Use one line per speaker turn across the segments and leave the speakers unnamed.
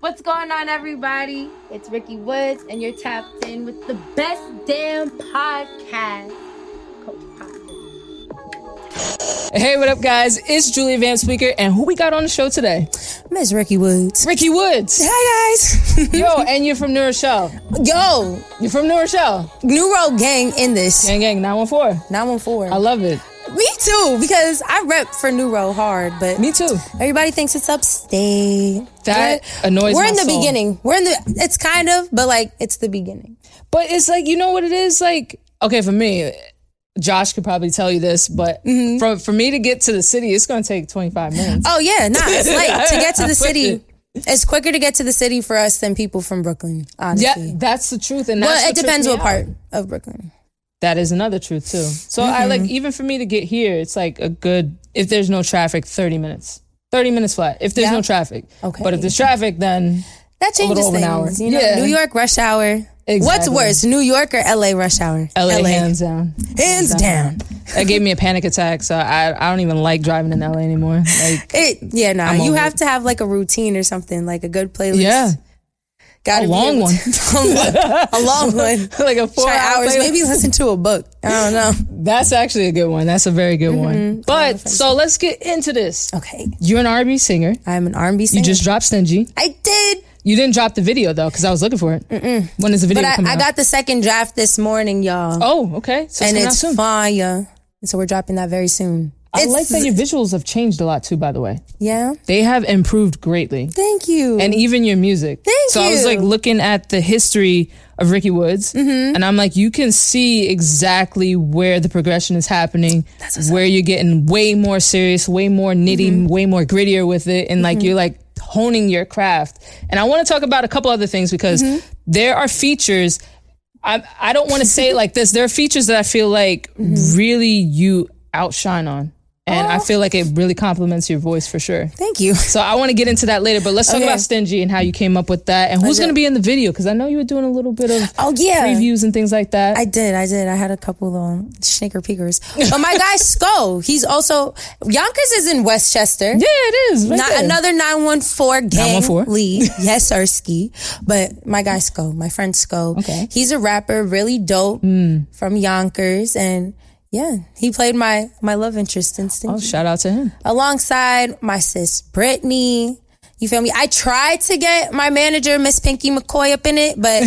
What's going on, everybody? It's Ricky Woods, and you're tapped in with the best damn podcast. Coach Pod.
Hey, what up, guys? It's Julia Van Speaker, and who we got on the show today?
Miss Ricky Woods.
Ricky Woods.
Hi guys.
Yo, and you're from New Rochelle.
Yo,
You're from New Rochelle.
New Road Gang in this.
Gang, gang, 914.
Nine one four.
I love it.
Me too, because I rep for New Road hard, but
Me too.
everybody thinks it's upstate.
That
We're-
annoys
We're
my
in the
soul.
beginning. We're in the. It's kind of, but like it's the beginning.
But it's like, you know what it is? Like, okay, for me, Josh could probably tell you this, but
Mm-hmm.
for, for me to get to the city, it's going to take 25 minutes.
Oh yeah, nah. It's late to get to the
I'm with
city.
it.
It's quicker to get to the city for us than people from Brooklyn.
yeah,
Honestly.
that's the truth. And that's
Well, it
what tripped
depends
me
what
out.
part of Brooklyn.
That is another truth, too. So I
Mm-hmm.
like, even for me to get here, it's like a good, if there's no traffic, 30 minutes. 30 minutes flat if there's
Yeah.
no traffic.
Okay.
But if there's traffic, then
That
little
changes
over an hour.
things. You know,
Yeah.
New York rush hour. What's
Exactly.
worse, New York or LA rush hour?
LA, hands down.
hands down.
That gave me a panic attack, so I, I don't even like driving in LA anymore. Like,
It yeah, nah.
I'm
you
over
have to have like a routine or something, like a good playlist.
yeah,
got
a long one.
a long one.
like a four
Try
hour
hours,
playlist.
maybe listen to a book. I don't know.
That's actually a good one. That's a very good one. But so let's get into this.
Mm-hmm. Okay,
You're an R&B singer.
I'm an R&B singer.
You just dropped Stingy.
I did,
You didn't drop the video though, because I was looking for it. When is the video
but I,
coming
I
out?
got the second draft this morning, y'all,
oh, okay. So
and
it's coming out
it's
soon.
fire. So we're dropping that very soon.
I
It's-
like that your visuals have changed a lot too. By the way,
Yeah,
they have improved greatly.
thank you.
and even your music.
Mm-hmm. Thank
so I was
you. Mm-hmm.
like looking at the history of Ricky Woods, and I'm like, you can see exactly where the progression is happening, where you're getting way more serious, way more nitty,
Mm-hmm.
way more grittier with it, and like you're like honing your craft. And I want to talk about a couple other things because
Mm-hmm.
there are features. I I don't want to say it like this. There are features that I feel like
Mm-hmm.
really you outshine on. And
Oh.
I feel like it really complements your voice for sure.
thank you.
So I want to get into that later, but let's talk
Okay.
about Stingy and how you came up with that and who's going to be in the video because I know you were doing a little bit of
Oh yeah,
reviews and things like that.
I did, I did. I had a couple um snicker peekers. But my guy Sko, he's also Yonkers is in Westchester.
yeah, it is. Right
Not
there.
another 914 gang
914.
lead. Yes, sir, Ski. But my guy Sko, my friend Sko.
Okay. Hmm.
He's a rapper, really dope from Yonkers. And yeah, he played my my love interest in Stingy.
Oh, shout out to him.
Alongside my sis Brittany. You feel me? I tried to get my manager, Miss Pinky McCoy, up in it, but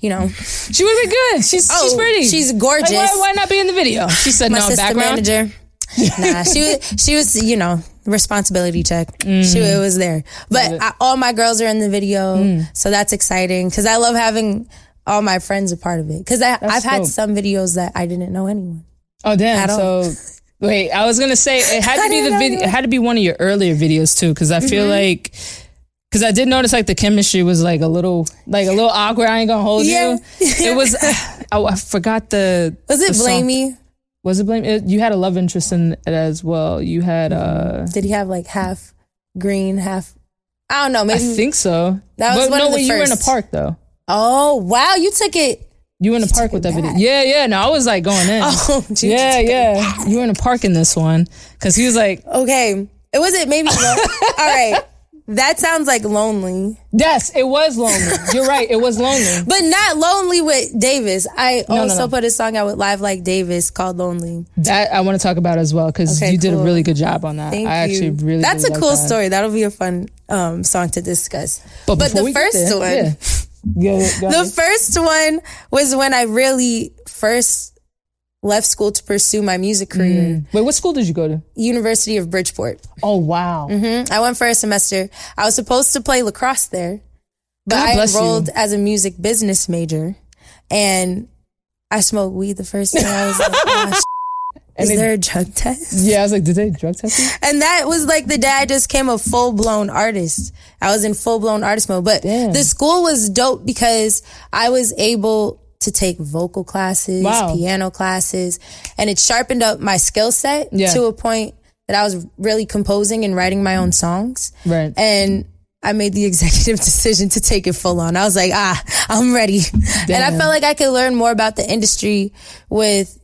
you know.
She would have been good. She's she's
Oh,
pretty.
she's
Like,
gorgeous.
why, why not be in the video? She said
my
no
sister
background.
manager. nah, she was she was you know responsibility check. She
Mm.
it was there, but I, all my girls are in the video, so that's exciting because I love having all my friends a part of it. Because I've had
dope.
some videos that I didn't know anyone.
Oh damn.
At all.
So wait, I was gonna say it had to
I
be
didn't know
the
Mm-hmm.
video.
you
It had to be one of your earlier videos too, because I feel like. Cause I did notice like the chemistry was like a little like a little awkward. I ain't gonna hold
Yeah.
you. It was oh, I forgot the
Was
the
it
song.
Blamey?
Was it blame? It, you had a love interest in it as well. You had, uh,
Did he have like half green, half? I don't know.
I
Maybe.
think so.
Mm-hmm. That was
but
one
no,
of the
wait, you were in a
first.
park though.
oh wow, you took it.
You were in a park with that
took it
video.
back.
Yeah, yeah. No, I was like going in.
Oh, you- you
yeah,
took it
yeah. You were in a park in this one because he was like,
Okay, it was it maybe. all right, that sounds like lonely.
"Yes, it was lonely. You're right. It was lonely."
But not lonely with Davis. I
no,
also
no.
put a song out with Live Like Davis called Lonely.
That I want to talk about as well because
Okay,
you did a
cool.
really good job on that.
Thank
I
you.
actually really.
That's
really
a
like
cool
that.
story. That'll be a fun um, song to discuss.
But, before
the
we get
first
there,
one,
yeah, yeah, go
the
ahead.
first one was when I really first left school to pursue my music career.
wait, what school did you go to?
University of Bridgeport.
Oh wow,
Mhm. I went for a semester. I was supposed to play lacrosse there, but
God
I
bless you.
enrolled as a music business major, and I smoked weed the first day. I was like, oh,
And
is
it-
there a drug test?
yeah. I was like, did they drug test you?
And that was like the day I just came a full blown artist. I was in full blown artist mode. But
Damn.
the school was dope because I was able to take vocal classes,
Wow.
piano classes, and it sharpened up my skill set
Yeah.
to a point that I was really composing and writing my own songs.
Right.
And I made the executive decision to take it full on. I was like, ah, I'm ready. And I felt like I could learn more about the industry with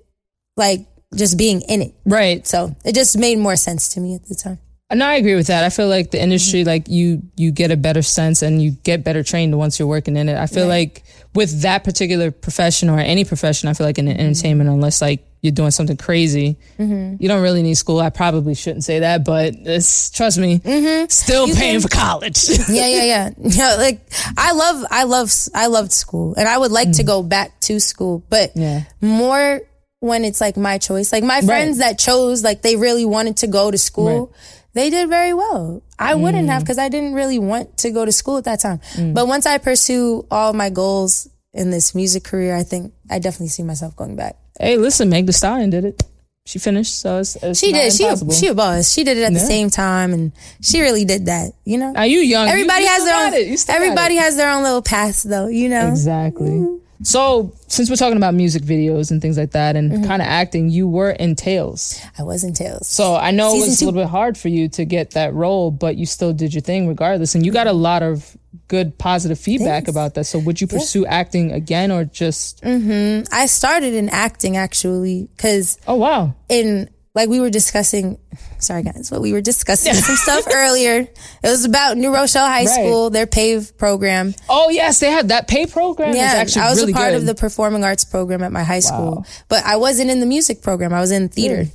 like just being in it.
Right.
So it just made more sense to me at the time.
And I agree with that. I feel like the industry, like you, you get a better sense and you get better trained once you're working in it. I feel like with that particular profession or any profession, I feel like in entertainment, unless like you're doing something crazy,
Mm-hmm.
you don't really need school. I probably shouldn't say that, but it's trust me,
Mm-hmm.
still paying for college.
yeah, yeah, yeah. Yeah, like I love, I love, I loved school, and I would like to go back to school, but
Yeah.
more when it's like my choice. Like my friends that chose, like they really wanted to go to school. They did very well. I wouldn't have because I didn't really want to go to school at that time. But once I pursue all my goals in this music career, I think I definitely see myself going back.
hey, listen, Meg Thee Stallion did it. She finished, so it's, it's
She
not
did. She a,
impossible.
she a boss. She did it at the same time, and she really did that. You know,
Now you young. you-
everybody
you
has
still got
their
it.
own.
You still got it.
Everybody has their own little paths, though. You know,
Exactly. So, since we're talking about music videos and things like that and
Mm-hmm.
kind of acting, you were in Tails.
I was in Tails.
So, I know it
Season
was a
two.
little bit hard for you to get that role, but you still did your thing regardless. And you got a lot of good positive feedback about that. So, would you pursue acting again or just,
Mm. I started in acting actually because
oh, wow.
in like we were discussing sorry guys but we were discussing some stuff earlier it was about new rochelle high school their pave program
Oh, yes, they had that pay program. Oh, Yeah,
yeah
actually
i was
really
a part
good.
of the performing arts program at my high school but i wasn't in the music program i was in theater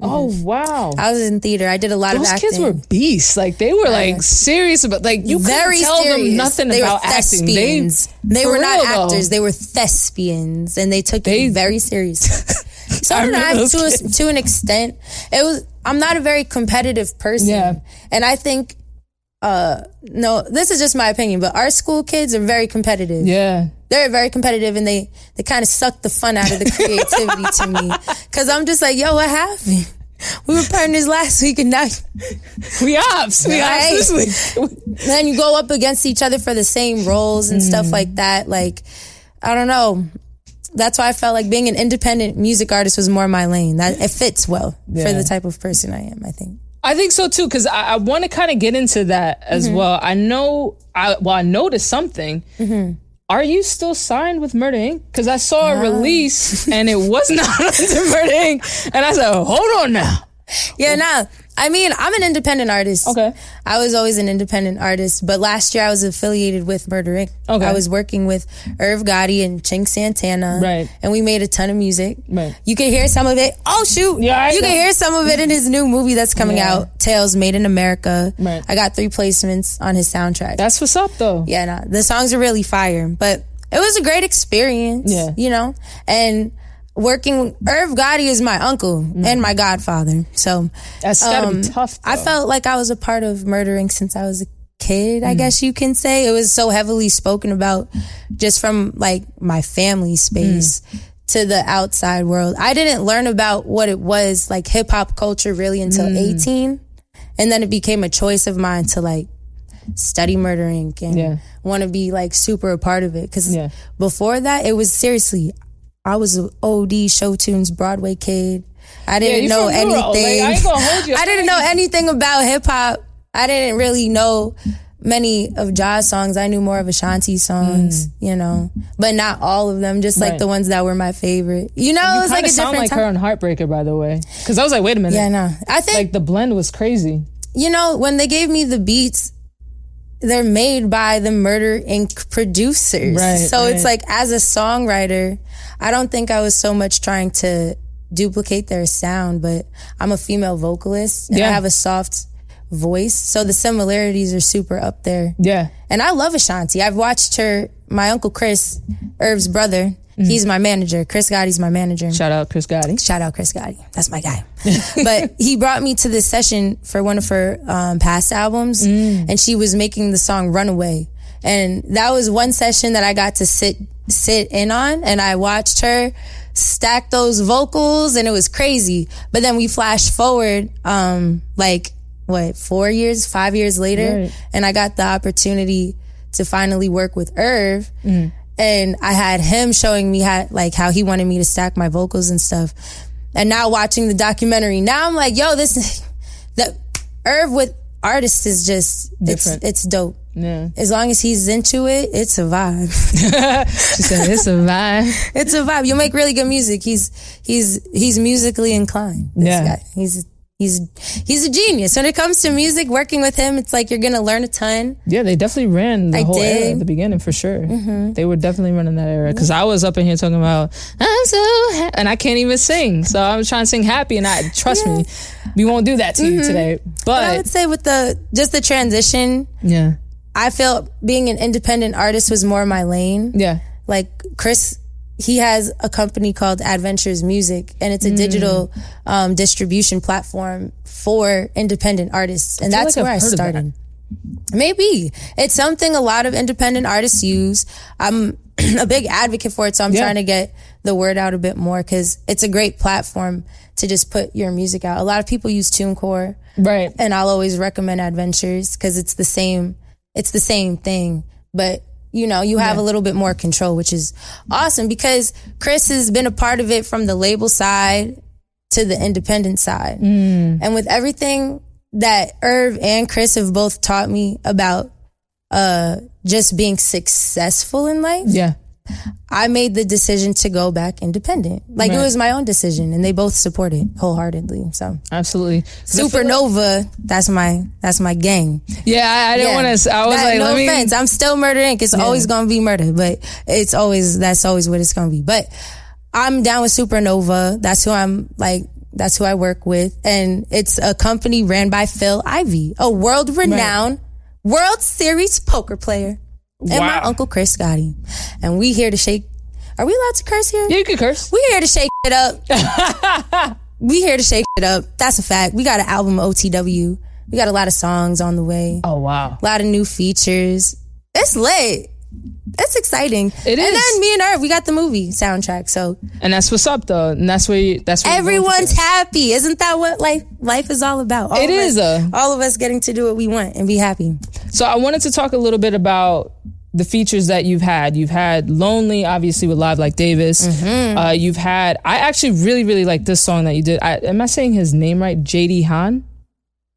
Oh, wow.
i was in theater i did a lot of
Those
acting
kids were beasts. Like, they were like serious about, like, you
very
couldn't tell
serious.
them nothing
they
about
were
acting. They,
thespians. They,
for
were not
real, though.
actors. They were thespians, and they took
They-
it very seriously. so I, did
remember
act
those
to a, to an extent. It was. I'm not a very competitive person,
Yeah.
and I think. Uh no, this is just my opinion, but our school kids are very competitive.
yeah.
They're very competitive and they they kind of suck the fun out of the creativity to me cuz I'm just like, "Yo, what happened? We were partners last week and now
We ops. We
Right.
ops this week.
then you go up against each other for the same roles and stuff like that. Like, I don't know. That's why I felt like being an independent music artist was more my lane. That it fits well for
Yeah.
the type of person I am. I think.
I think so too, because I, I want to kind of get into that as
Mm-hmm.
well. I know, I well, I noticed something.
Mm-hmm.
Are you still signed with Murder Inc? Because I saw
Ah.
a release and it was not under Murder Inc. And I said, hold on now.
Yeah, nah. I mean, I'm an independent artist.
Okay.
I was always an independent artist, but last year I was affiliated with Murder Inc.
Okay.
I was working with Irv Gotti and Chink Santana.
Right.
And we made a ton of music.
Right.
You can hear some of it. Oh shoot.
Yeah, I
you can
know.
hear some of it in his new movie that's coming
Yeah.
out, Tales Made in America.
Right.
I got three placements on his soundtrack.
That's what's up though.
yeah, nah. The songs are really fire, but it was a great experience.
Yeah.
You know? And working Irv Gotti is my uncle and my godfather. So
Mm-hmm.
um,
That's gotta be tough.
I
though.
felt like I was a part of murdering since I was a kid,
Mm.
I guess you can say. It was so heavily spoken about just from like my family space
Mm.
to the outside world. I didn't learn about what it was like hip hop culture really until
Mm.
18. And then it became a choice of mine to like study Murder Inc. and
Yeah.
want to be like super a part of it. Cause
Yeah.
before that, it was seriously, I was an OD show tunes Broadway kid. I didn't
you
know
from rural. Like, I
anything.
ain't gonna hold you.
I didn't know anything about hip hop. I didn't really know many of Ja's songs. I knew more of Ashanti songs, you know, but not all of them. Just like
Mm. Right.
the ones that were my favorite. You know, it was like
Kinda
a
sound
different
like
time.
her on Heartbreaker, by the way. Because I was like, wait a minute.
Yeah, no. I think
Like the blend was crazy.
you know, when they gave me the beats, they're made by the Murder Inc. producers.
Right,
so it's
right.
like, as a songwriter, I don't think I was so much trying to duplicate their sound, but I'm a female vocalist and
Yeah.
I have a soft voice. So the similarities are super up there.
Yeah.
And I love Ashanti. I've watched her, my uncle Chris, Irv's brother,
Mm-hmm.
he's my manager. Chris Gotti's my manager.
Shout out Chris Gotti.
Shout out Chris Gotti. That's my guy. but he brought me to this session for one of her um, past albums, and she was making the song Runaway. And that was one session that I got to sit sit in on, and I watched her stack those vocals, and it was crazy. But then we flash forward, um, like what four years, five years later,
Right.
and I got the opportunity to finally work with Irv
Mm.
and I had him showing me how like how he wanted me to stack my vocals and stuff. And now watching the documentary, now I'm like, yo, this the Irv with artists is just
Different.
it's it's dope.
Yeah.
As long as he's into it, it's a vibe.
She said, it's a vibe.
it's a vibe. You make really good music. He's he's he's musically inclined. This
Yeah.
guy. He's he's he's a genius when it comes to music. Working with him, it's like you're gonna learn a ton.
Yeah, they definitely ran the
I
whole era
did. Mm-hmm.
at the beginning for sure. They were definitely running that era because I was up in here talking about I'm so ha-, and I can't even sing, so I'm trying to sing happy. And I trust me, we won't do that to you today.
Mm-hmm. I
But
would say with the just the transition,
yeah,
I felt being an independent artist was more my lane.
yeah,
like Chris he has a company called Adventures Music and
Mm.
it's a digital um, distribution platform for independent artists and
feel
that's
like I've
where I
heard of that.
started. Maybe it's something a lot of independent artists use. I'm a big advocate for it so I'm
Yeah.
trying to get the word out a bit more cuz it's a great platform to just put your music out. A lot of people use TuneCore
right.
and I'll always recommend Adventures because it's the same. It's the same thing, but you know, you have a little bit more control, which is awesome because Chris has been a part of it from the label side to the independent side, and with everything that Irv and Chris have both taught me about uh just being successful in life
Yeah,
i made the decision to go back independent like it
Right.
was my own decision and they both support it wholeheartedly so
absolutely.
Supernova. That's my that's my gang.
Yeah, I, I didn't
Yeah.
want to. I was
That-
like,
no
let me.
offense. I'm still Murder Inc. It's always gonna be murder, but it's always that's always what it's gonna be. But I'm down with Supernova. That's who I'm like. That's who I work with, and it's a company ran by Phil Ivey, a world renowned World Series poker player, and my
Wow.
uncle Chris Gotti, and we here to shake. Are we allowed to curse here?
Yeah, you could curse.
We here to shake it up. we here to shake it up. That's a fact. We got an album OTW. We got a lot of songs on the way.
Oh wow.
A lot of new features. It's lit. It's exciting. And
It is.
then me and Irv, we got the movie soundtrack. So
And that's what's up though. And that's where you, that's where you're going for
everyone's
that.
happy. Isn't that what life life is all about? All
It
of us-
is, though.
all of us getting to do what we want and be happy.
So I wanted to talk a little bit about the features that you've had. You've had Lonely, obviously, with Live Like Davis.
Mm-hmm.
Uh, you've had, I actually really, really like this song that you did. I, am I saying his name right? JD Han?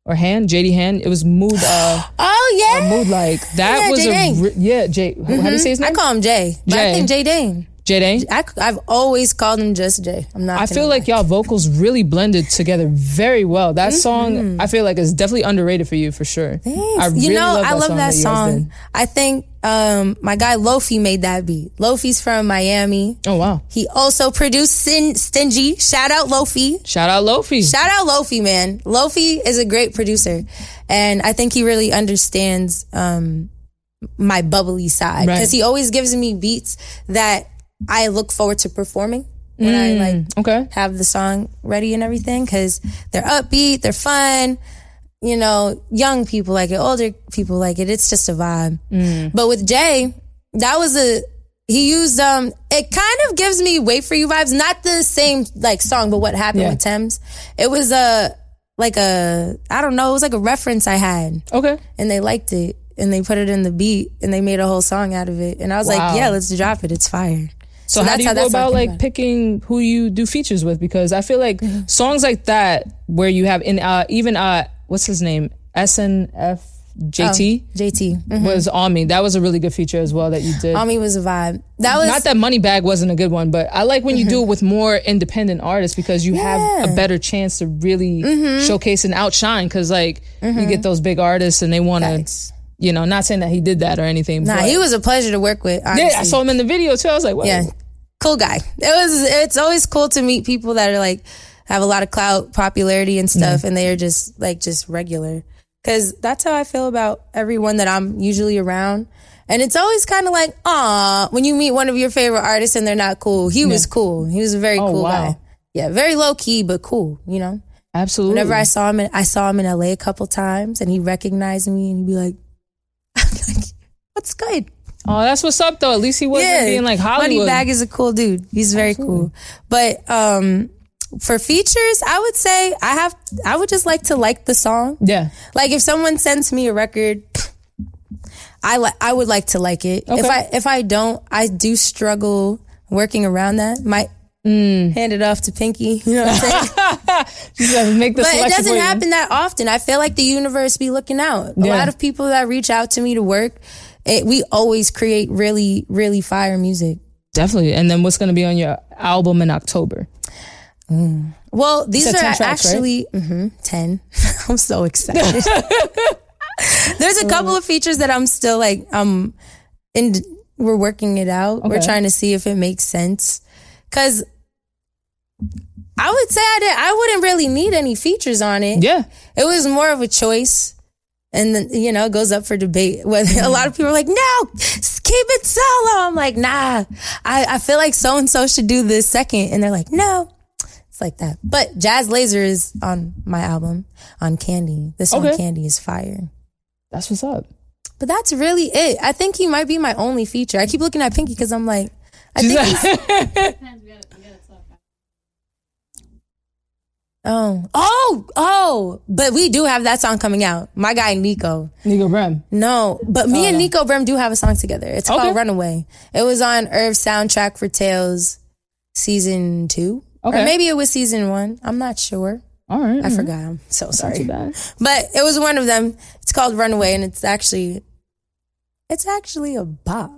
Or Han? JD Han? It was Mood, uh,
Oh yeah.
Mood Like. That
Yeah,
was
J.D.
a, re- yeah, J, how do you say his
I
name?
call him Jay. But I
Jay.
think Jay Dane.
J.D.?
I, have always called him just Jay. I'm not.
I
gonna
feel
lie.
like y'all vocals really blended together very well. That song, I feel like, is definitely underrated for you for sure. I
Mm-hmm. Thanks.
really
you know,
love
I love that
you guys did.
song. I think um, my guy Lofi made that beat. Lofi's from Miami.
Oh, wow.
He also produced Sin- Stingy. Shout out Lofi.
Shout out Lofi.
Shout out Lofi, man. Lofi is a great producer. And I think he really understands um, my bubbly side.
Right.
Because he always gives me beats that I look forward to performing when
Mm.
I like
okay.
have the song ready and everything because they're upbeat, they're fun. You know, young people like it, older people like it. It's just a vibe.
Mm.
But with Jay, that was a he used um it kind of gives me wait for you vibes. Not the same like song, but what happened
Yeah.
with Thames. It was a like a I don't know, it was like a reference I had
Okay.
and they liked it and they put it in the beat and they made a whole song out of it. And I was
Wow.
like, Yeah, let's drop it. It's fire.
So,
So
how
that's
do you
how
go
that song
about
came
like
about.
picking who you do features with? Because I feel like
Mm-hmm.
songs like that, where you have in uh, even uh, what's his name, SNFJT
JT. Mhm.
was on me. That was a really good feature as well that you did.
Mommy was a vibe. That Um, was Mm-hmm.
Not that money bag wasn't a good one, but I like when you do it with more independent artists because you have a
Yeah. Mm-hmm.
better chance to really showcase and outshine. Because like you get those big artists and they want to,
Facts.
you know, not saying that he did that or anything.
Nah,
but
he was a pleasure to work with. Honestly.
yeah, I saw him in the video too. I was like, wow.
Yeah. cool guy. It was. It's always cool to meet people that are like have a lot of clout, popularity, and
Mm-hmm.
stuff, and they are just like just regular. Because that's how I feel about everyone that I'm usually around. And it's always kind of like, ah, when you meet one of your favorite artists and they're not cool. He was cool. He was a very cool
Oh, wow.
guy. Yeah, very low key, but cool. You know.
absolutely.
Whenever I saw him, in, I saw him in LA a couple times, and he recognized me, and he'd be like, I'm like, "What's good?"
Oh, that's what's up though. At least he wasn't being like Hollywood.
Moneybag is a cool dude. He's very cool. But um for features, I would say I have I would just like to like the song.
yeah.
Like if someone sends me a record, I li- I would like to like it.
Okay.
If I if I don't, I do struggle working around that. Might
Mm.
hand it off to Pinky. You know what I'm saying?
You gotta make the
But it
selection for
doesn't
you.
happen that often. I feel like the universe be looking out. A
Yeah.
lot of people that reach out to me to work, it, we always create really, really fire music.
Definitely. And then what's gonna be on your album in October?
Well, these
said
are
10 tracks, right?
actually
Mm-hmm.
mhm, 10. I'm so excited. There's a couple of features that I'm still like, um, and we're working it out. We're
Okay.
trying to see if it makes sense. Cause I would say I, did, I wouldn't really need any features on it.
Yeah.
It was more of a choice. And then, you know, it goes up for debate. Whether a lot of people are like, no, s- keep it solo. I'm like, nah, I, I feel like so and so should do this second. And they're like, no, it's like that. But Jazz Laser is on my album on Candy. The song
Okay.
Candy is fire.
That's what's up.
But that's really it. I think he might be my only feature. I keep looking at Pinky because I'm like, I think he's, oh, oh, oh, but we do have that song coming out. My guy, Nico.
Nico Brem.
No, but me and Nico Brem do have a song together. It's
Okay.
called Runaway. It was on Irv's soundtrack for Tales season two.
Okay.
Or maybe it was season one. I'm not sure.
All right.
I forgot. I'm so sorry.
Too bad.
But it was one of them. It's called Runaway and it's actually it's actually a bop.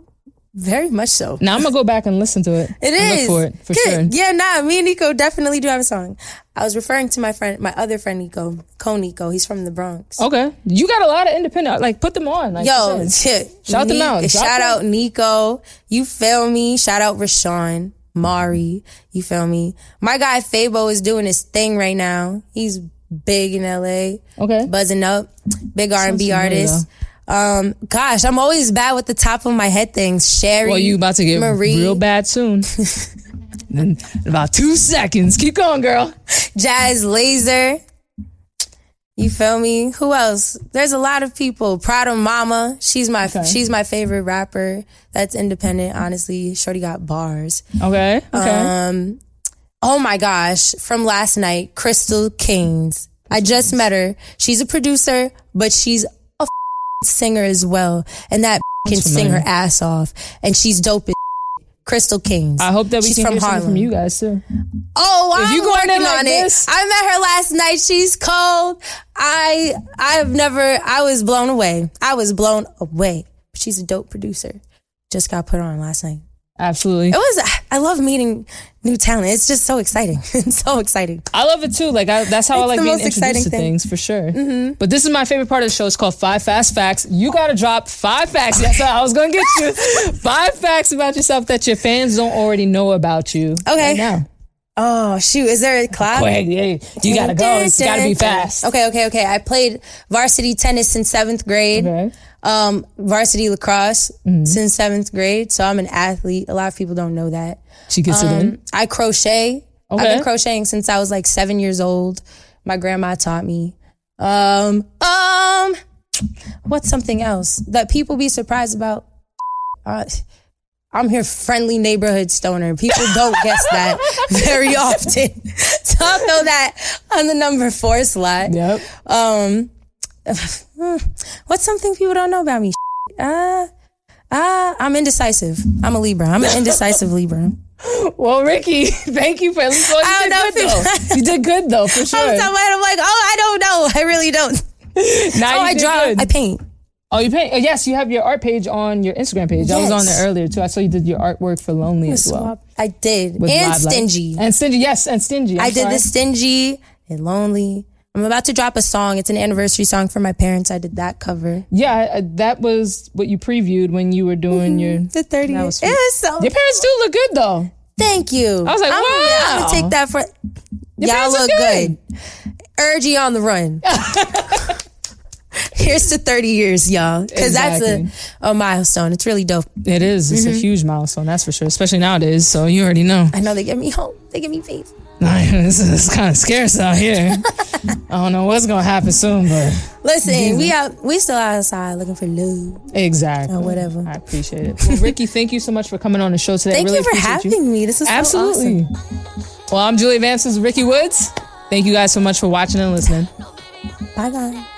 Very much so.
Now I'm gonna go back and listen to it.
It
and
is.
Look for it for
Good.
sure.
Yeah, nah, me and Nico definitely do have a song. I was referring to my friend my other friend Nico, Co Nico. He's from the Bronx.
Okay. You got a lot of independent. uh, Like put them on. Like
Yo,
you said.
shit.
Shout them
Ni-
out. Drop
Shout
them.
out Nico. You feel me? Shout out Rashawn, Mari. You feel me? My guy Fabo is doing his thing right now. He's big in LA,
Okay.
buzzing up. Big R and B
familiar,
artist. Um, gosh, I'm always bad with the top of my head things. Sherry,
Well, you about to get
Marie.
real bad soon. In about two seconds. Keep going, girl.
Jazz Laser. You feel me? Who else? There's a lot of people. Prada Mama, she's my she's my favorite rapper. That's independent, honestly. Shorty got bars.
Okay. Okay.
Um, oh my gosh, from last night, Crystal Kings. I just met her. She's a producer, but she's a f- singer as well, and that can sing her
familiar.
ass off, and she's dope as shit. Crystal Kings.
I hope that we
she's
can get something from you guys too.
Oh, I'm
you going in
working
like
on
this-
it. I met her last night. She's cold. I I've never. I was blown away. I was blown away. She's a dope producer. Just got put on last night.
Absolutely.
It was. I love meeting new talent. It's just so exciting. It's so exciting.
I love it too. Like I, that's how I
It's
like
the
being
most exciting
introduced to
thing. Mm-hmm.
things for sure. But this is my favorite part of the show. It's called Five Fast Facts. You gotta drop five facts. That's how I was gonna get you. five facts about yourself that your fans don't already know about you.
Okay.
Right now.
Oh shoot! Is there a clap?
Quick, yeah. You gotta go. It's gotta be fast.
Okay, okay, okay. I played varsity tennis in seventh grade.
Okay. Mm-hmm.
Um, varsity lacrosse since seventh grade. So I'm an athlete. A lot of people don't know that.
She gets
Um,
it in.
I crochet. I've
Mm-hmm. Okay.
been crocheting since I was like seven years old. My grandma taught me. Um, um, what's something else that people be surprised about? Uh, I'm here, friendly neighborhood stoner. People don't guess that very often. so I'll throw that on the number four slot.
Yep.
Um, what's something people don't know about me? Uh, uh, I'm indecisive. I'm a Libra. I'm an indecisive Libra.
Well, Ricky, thank you for at least well,
I
you
don't
did good
know if
though. You did good though, for sure.
I'm so mad. I'm like, oh, I don't know. I really don't.
now
Oh,
you
I
did
draw.
good.
I paint.
Oh, you paint? Oh, yes, you have your art page on your Instagram page. I was on
Yes.
there earlier too. I saw you did your artwork for Lonely as well.
I did.
with
and
Live Life.
stingy.
And stingy, yes, and stingy. i
I did the stingy and lonely. I'm about to drop a song. It's an anniversary song for my parents. I did that cover.
Yeah, I- I- that was what you previewed when you were
Mm-hmm.
doing your.
The 30.
That was sweet.
It was so.
Your parents do look good though.
Thank you. I
was like,
I'm, I'm
wow.
gonna take that for. Y'all
parents are
look
good.
good. Urgy on the run. Here's to 30 years, y'all, because
Exactly.
that's a, a milestone. It's really dope.
It is. It's
Mm-hmm.
a huge milestone, that's for sure. Especially nowadays. So you already know.
I know they give me hope. They give me faith.
this is kind of scarce out here. I don't know what's gonna happen soon, but
Listen, we out, we still outside looking for love.
exactly.
Oh, whatever.
I appreciate it. Well, Ricky, thank you so much for coming on the show today. I
Thank
really
you for
appreciate
having me. This is so awesome.
Absolutely. Well, I'm Julie Vance. This is Ricky Woods. Thank you guys so much for watching and listening.
Bye, guys.